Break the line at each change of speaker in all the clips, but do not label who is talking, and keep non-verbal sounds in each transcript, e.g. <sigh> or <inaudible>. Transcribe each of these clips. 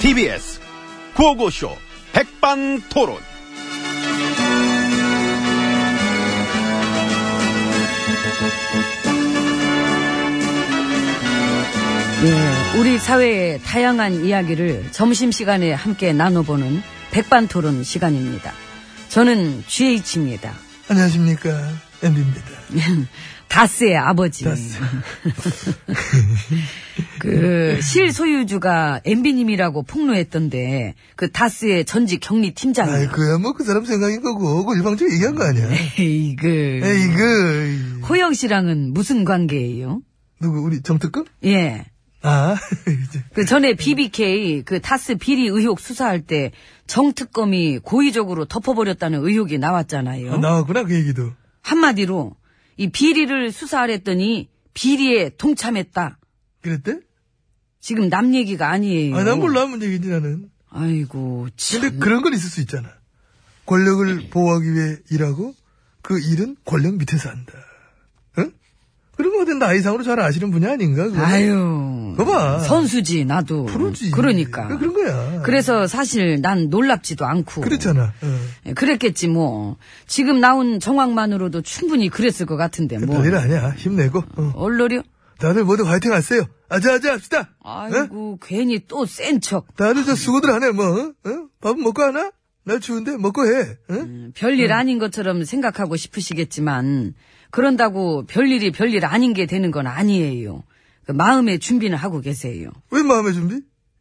TBS 구호고쇼 백반토론.
예, 우리 사회의 다양한 이야기를 점심시간에 함께 나눠보는 백반토론 시간입니다. 저는 GH입니다.
안녕하십니까. 엠비입니다.
네. 다스의 아버지.
다스.
<laughs> 그 실소유주가 MB님이라고 폭로했던데 그 다스의 전직
아이,
경리팀장이에요.
그야 뭐 그 사람 생각인 거고, 그 일방적으로 얘기한 거 아니야.
네.
네,
에이그.
에이, 그,
호영 씨랑은 무슨 관계예요?
누구, 우리 정특급?
예.
아, <laughs> 이제.
그 전에 BBK 그 타스 비리 의혹 수사할 때 정특검이 고의적으로 덮어버렸다는 의혹이 나왔잖아요.
아, 나왔구나, 그 얘기도.
한마디로 이 비리를 수사하랬더니 비리에 동참했다.
그랬대?
지금 남 얘기가 아니에요.
아, 난 몰라, 뭔 얘기인지 나는.
아이고 참.
근데 그런 건 있을 수 있잖아. 권력을 보호하기 위해 일하고 그 일은 권력 밑에서 한다. 응? 그런 거 어떤 나이상으로 잘 아시는 분이 아닌가? 그거는?
아유.
그거 봐.
선수지 나도.
프로지.
그러니까.
그런 거야.
그래서 사실 난 놀랍지도 않고. 예,
그렇잖아. 어.
그랬겠지 뭐. 지금 나온 정황만으로도 충분히 그랬을 것 같은데 뭐.
별일 아니야. 힘내고. 어.
얼러려?
다들 모두 화이팅 하세요. 아자아자 합시다. 어?
아이고 괜히 또 센 척.
다들 저 수고들 하네, 뭐. 어? 어? 밥은 먹고 하나? 날 추운데 먹고 해. 어?
음, 별일 아닌 것처럼 생각하고 싶으시겠지만 그런다고 별일이 별일 아닌 게 되는 건 아니에요. 그 마음의 준비는 하고 계세요.
왜 마음의 준비?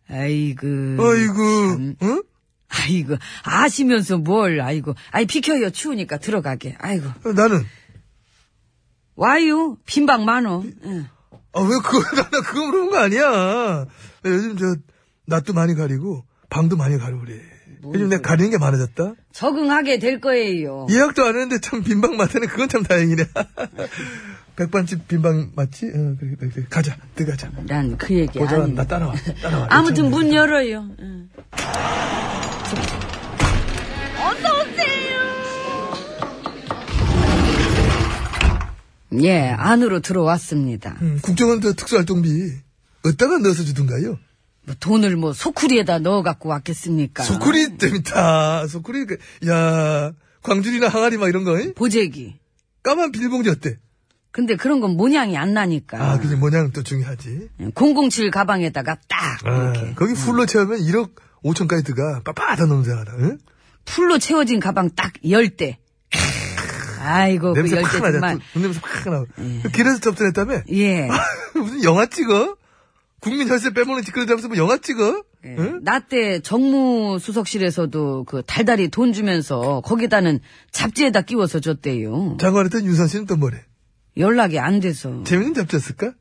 아이고.
아이고. 어?
아이고, 아시면서 뭘, 아이고. 아이, 비켜요. 추우니까 들어가게. 아이고.
어, 나는.
와요. 빈방 많어. 응.
아, 왜 그걸, 나 그거 <laughs> 물어본 거 아니야. 나 요즘 저, 낯도 많이 가리고, 방도 많이 가리고 그래. 요즘 내가 가리는 게 많아졌다?
어. 적응하게 될 거예요.
예약도 안 했는데 참 빈방 맞다네. 그건 참 다행이네. <laughs> 백반집 빈방 맞지? 어, 그래, 그래, 그래. 가자. 들어가자.
난 그 얘기
보자.
아니
나 따라와. 따라와.
아무튼 문 열어요. 응. 어서 오세요. 예, 안으로 들어왔습니다.
음, 국정원 저 특수활동비, 어디다가 넣어서 주던가요?
뭐 돈을 뭐 소쿠리에다 넣어 갖고 왔겠습니까?
소쿠리 재밌다. 소쿠리, 그, 야 광주리나 항아리 막 이런 거, 잉?
보재기.
까만 비닐봉지 어때?
근데 그런 건 모양이 안 나니까.
아, 그게 뭐냐는 또 중요하지.
007 가방에다가 딱
아,
이렇게
거기 풀로 채우면 1억 5천까지 들어가. 빠빠하다 놈자가다 응?
풀로 채워진 가방 딱 열 대. 아이고 그
냄새
열 대
팍 나잖아.
정말.
돈 냄새 팍 나고. 그 길에서 접전했다며?
예.
<laughs> 무슨 영화 찍어? 국민 혈세 빼먹는 짓거리 잡면서 뭐 영화 찍어?
예.
응?
나 때 정무수석실에서도 그 달달이 돈 주면서 거기다는 잡지에다 끼워서 줬대요.
장관했던 윤선 씨는 또 뭐래?
연락이 안 돼서.
재밌는 잡지였을까?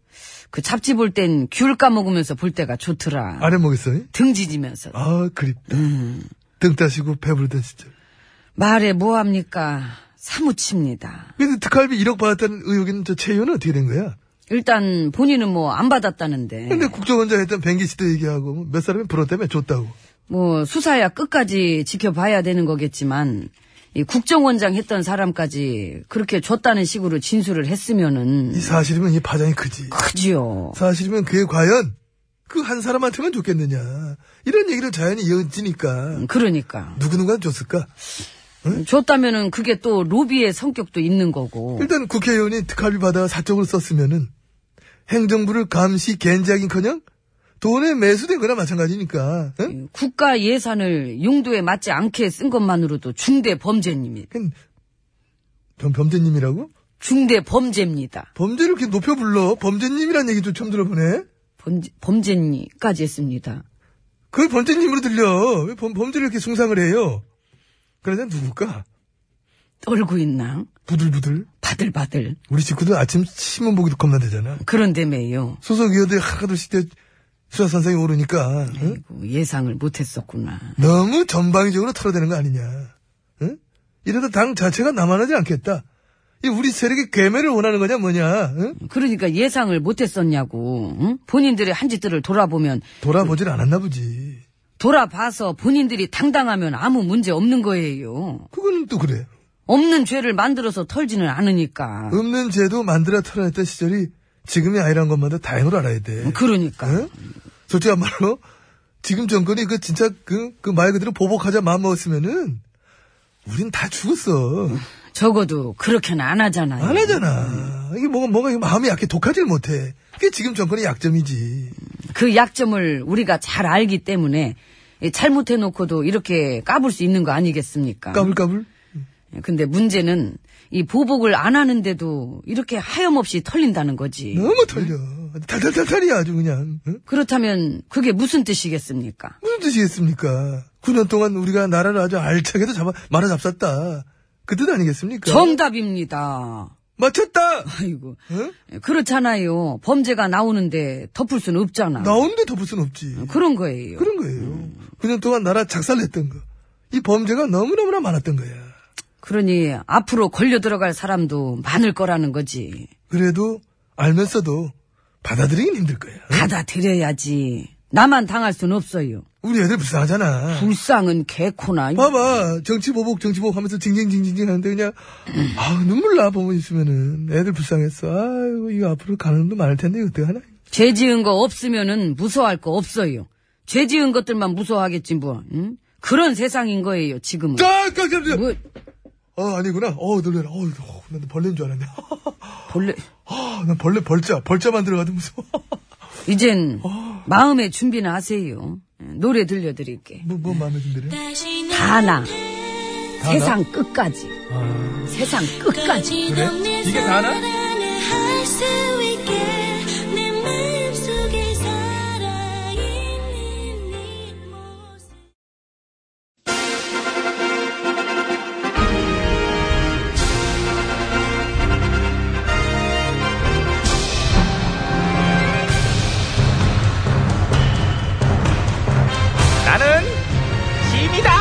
그 잡지 볼 땐 귤 까먹으면서 볼 때가 좋더라.
아래 먹였어. 잉?
등지지면서.
아, 그립다. 등 따시고 배부르던 시절.
말해 뭐합니까? 사무칩니다.
근데 특활비 1억 받았다는 의혹에는 저 최윤은 어떻게 된 거야?
일단 본인은 뭐 안 받았다는데.
근데 국정원장 했던 뱅기 씨도 얘기하고 뭐몇 사람이 불어 때문에 줬다고.
뭐 수사야 끝까지 지켜봐야 되는 거겠지만 이 국정원장 했던 사람까지 그렇게 줬다는 식으로 진술을 했으면은
이 사실이면 이 파장이 크지.
크지요.
사실이면 그게 과연 그 한 사람한테만 줬겠느냐. 이런 얘기를 자연히 이어지니까
그러니까
누구누가 줬을까?
줬다면은 그게 또 로비의 성격도 있는 거고.
일단 국회의원이 특활비 받아 사적으로 썼으면은 행정부를 감시 겐지하긴커녕 돈에 매수된 거나 마찬가지니까. 응?
음. 국가 예산을 용도에 맞지 않게 쓴 것만으로도 중대 범죄입니다.
그건 범- 범죄님이라고?
중대 범죄입니다.
범죄를 이렇게 높여 불러 범죄님이란 얘기 좀 처음 들어보네.
범죄, 범죄니까지 했습니다.
그걸 범죄님으로 들려. 왜 범, 범죄를 이렇게 숭상을 해요? 그러자 누굴까?
떨고 있나?
부들부들.
바들바들.
우리 식구들 아침 신문 보기도 겁나대잖아.
그런데매요.
소속 위원들 하나둘씩 때 수사 선생이 오르니까 응?
아이고, 예상을 못했었구나.
너무 전방위적으로 털어대는 거 아니냐. 응? 이러다 당 자체가 남아나지 않겠다. 이 우리 세력이 괴멸을 원하는 거냐 뭐냐. 응?
그러니까 예상을 못했었냐고. 응? 본인들의 한 짓들을 돌아보면
돌아보질 않았나 보지.
돌아봐서 본인들이 당당하면 아무 문제 없는 거예요.
그거는 또 그래.
없는 죄를 만들어서 털지는 않으니까.
없는 제도 만들어 털어냈던 시절이 지금이 아니란 것마다 다행으로 알아야 돼.
그러니까.
응? 솔직히 말로 지금 정권이 그 진짜 그, 그 말 그대로 보복하자 마음먹었으면은 우린 다 죽었어.
적어도 그렇게는 안 하잖아요.
안 하잖아. 이게 뭔가, 뭔가 마음이 약해 독하질 못해. 그게 지금 정권의 약점이지.
그 약점을 우리가 잘 알기 때문에 이 잘못해놓고도 이렇게 까불 수 있는 거 아니겠습니까? 예,
까불까불?
근데 문제는 이 보복을 안 하는데도 이렇게 하염없이 털린다는 거지.
너무 털려. 탈탈탈탈이야, 아주 그냥. 응?
그렇다면 그게 무슨 뜻이겠습니까?
무슨 뜻이겠습니까? 9년 동안 우리가 나라를 아주 알차게도 잡아, 말아 잡쌌다. 그 뜻 아니겠습니까?
정답입니다.
맞췄다!
아이고. 예,
응?
그렇잖아요. 범죄가 나오는데 덮을 수는 없잖아.
나오는데 덮을 순 없지.
그런 거예요.
그런 거예요. 9년 동안 나라 작살냈던 거. 이 범죄가 너무너무나 많았던 거야.
그러니 앞으로 걸려 들어갈 사람도 많을 거라는 거지.
그래도 알면서도 받아들이긴 힘들 거야.
받아들여야지. 나만 당할 순 없어요.
우리 애들 불쌍하잖아.
불쌍은 개코나.
뭐, 봐봐. 정치 보복, 정치 보복 하면서 징징징징징 하는데 그냥, 아 눈물 나, 보면 있으면은. 애들 불쌍했어. 아이고, 이거 앞으로 가는 놈도 많을 텐데, 이거 어떡하나.
죄 지은 거 없으면은 무서워할 거 없어요. 죄 지은 것들만 무서워하겠지 뭐. 응? 그런 세상인 거예요 지금은.
아, 깜짝이야.
뭐
어, 아니구나. 어, 놀래라. 어, 어, 난 벌레인 줄 알았네. <laughs>
본래
아, 난 벌레, 벌자. 벌자만 들어가도 무서워. <laughs>
이젠 마음의 준비나 하세요. 노래 들려드릴게.
뭐, 뭐 마음에 든대래?
다나
나?
세상 끝까지. 세상 끝까지.
그래?
이게 다나?
할수 있게 내 마음속에 살아있는 네 모습
나는 짐이다.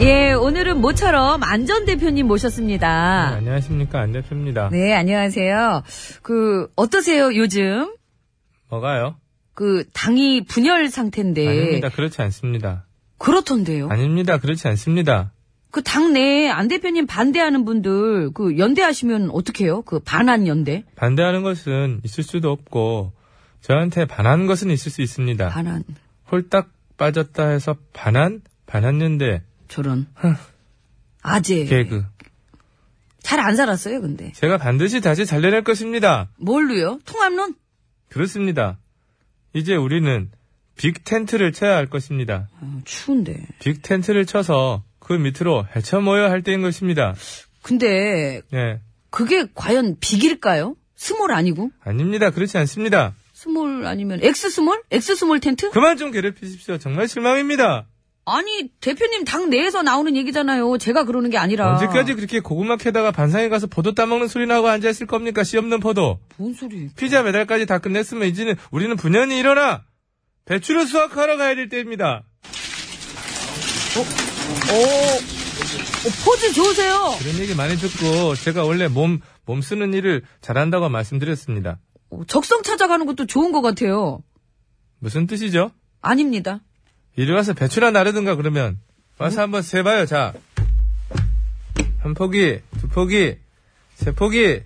예, 오늘은 모처럼 안전 대표님 모셨습니다.
안녕하십니까 네, 안 대표입니다.
네, 안녕하세요. 그 어떠세요, 요즘?
뭐가요?
그 당이 분열
네.
상태인데
아닙니다. 그렇지 않습니다.
그렇던데요.
아닙니다. 그렇지 않습니다.
그 당내 안 대표님 반대하는 분들 그 연대하시면 어떡해요? 그 반한 연대?
반대하는 것은 있을 수도 없고 저한테 반한 것은 있을 수 있습니다.
아.
반한
홀딱 빠졌다 해서 반한 반한년대
저런.
네.
아재.
개그.
잘 안 살았어요, 근데.
제가 반드시 다시 잘려낼 것입니다.
뭘로요? 통합론?
그렇습니다. 이제 우리는 빅 텐트를 쳐야 할 것입니다.
어, 추운데.
빅 텐트를 쳐서 그 밑으로 헤쳐 모여 할 때인 것입니다.
근데
예.
그게 과연 빅일까요? 스몰 아니고?
아닙니다. 그렇지 않습니다.
스몰 아니면 엑스 스몰? 엑스 스몰 텐트?
그만 좀 괴롭히십시오. 정말 실망입니다.
아니 대표님 당 내에서 나오는 얘기잖아요. 제가 그러는 게
어.
아니라.
언제까지 그렇게 고구마 캐다가 반상에 가서 포도 따먹는 소리나 하고 앉아있을 겁니까? 씨 없는 포도.
뭔 소리?
피자 배달까지 다 끝냈으면 이제는 우리는 분연히 일어나! 배추를 수확하러 가야 될 때입니다.
어, 포즈 좋으세요.
그런 얘기 많이 듣고 제가 원래 몸, 몸 쓰는 일을 잘한다고 말씀드렸습니다.
어, 적성 찾아가는 것도 좋은 것 같아요.
무슨 뜻이죠?
아닙니다.
이리 와서 배추나 나르든가 그러면 와서 한번 세봐요. 자. 한 포기, 두 포기, 세 포기.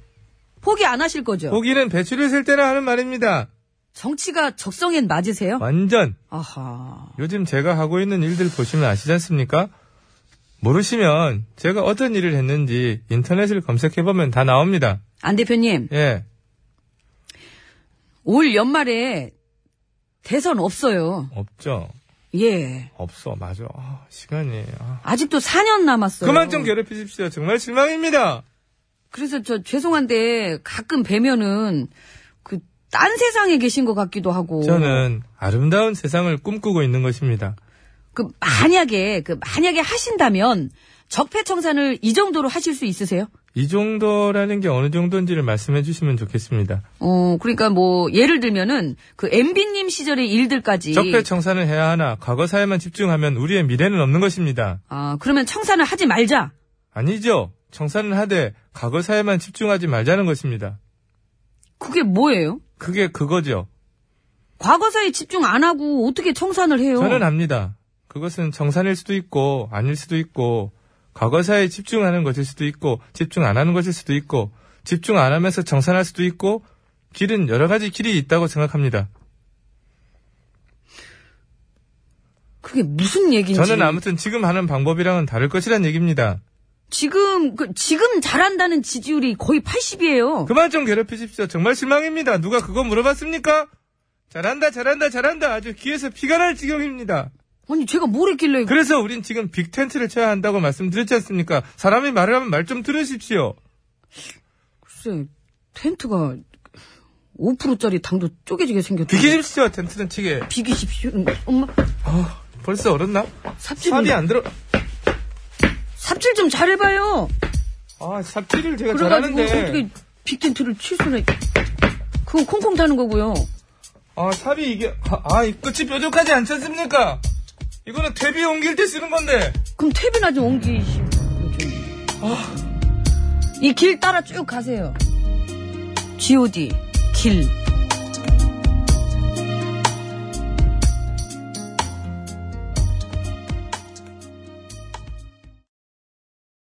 포기 안 하실 거죠?
포기는 배추를 셀 때나 하는 말입니다.
정치가 적성엔 맞으세요?
완전
아하.
요즘 제가 하고 있는 일들 보시면 아시지 않습니까? 모르시면 제가 어떤 일을 했는지 인터넷을 검색해보면 다 나옵니다.
안 대표님
예.
올 연말에 대선 없어요.
없죠.
예.
없어. 맞아. 아, 시간이.
네.
아.
아직도 4년 남았어요.
그만 좀 괴롭히십시오. 정말 실망입니다.
그래서 저 죄송한데 가끔 뵈면은 그 딴 세상에 계신 것 같기도 하고.
저는 아름다운 세상을 꿈꾸고 있는 것입니다.
그 만약에 그 만약에 하신다면 적폐청산을 이 정도로 하실 수 있으세요?
이 정도라는 게 어느 정도인지를 말씀해 주시면 좋겠습니다.
어, 그러니까 뭐 예를 들면은 그 MB님 시절의 일들까지.
적폐 청산을 해야 하나 과거사에만 집중하면 우리의 미래는 없는 것입니다.
아 그러면 청산을 하지 말자.
아니죠. 청산은 하되 과거사에만 집중하지 말자는 것입니다.
그게 뭐예요?
그게 그거죠.
과거사에 집중 안 하고 어떻게 청산을 해요?
저는 압니다. 그것은 정산일 수도 있고 아닐 수도 있고 과거사에 집중하는 것일 수도 있고 집중 안 하는 것일 수도 있고 집중 안 하면서 정산할 수도 있고 길은 여러 가지 길이 있다고 생각합니다.
그게 무슨 얘기인지.
저는 아무튼 지금 하는 방법이랑은 다를 것이란 얘기입니다.
지금 그 지금 잘한다는 지지율이 거의 80이에요.
그만 좀 괴롭히십시오. 정말 실망입니다. 누가 그거 물어봤습니까? 잘한다, 잘한다, 잘한다. 아주 귀에서 피가 날 지경입니다.
아니 제가 뭘 했길래
그래서 우린 지금 빅 텐트를 쳐야 한다고 말씀드렸지 않습니까? 사람이 말을 하면 말 좀 들으십시오.
글쎄 텐트가 5%짜리 당도 쪼개지게 생겼다.
비기십시오, 텐트는 치게.
비기십시오. 엄마
아, 벌써 얼었나? 삽이
삽질입니다.
안 들어.
삽질 좀 잘해봐요.
아, 삽질을 제가
그래가지고
잘하는데.
어떻게 빅텐트를 칠 수는 그건 콩콩 타는 거고요.
아, 삽이 이게, 아, 아, 이 끝이 뾰족하지 않지 않습니까? 이거는 퇴비 옮길 때 쓰는 건데.
그럼 탭이나 좀 옮기시고 이 길 따라 쭉 가세요. G.O.D. 길.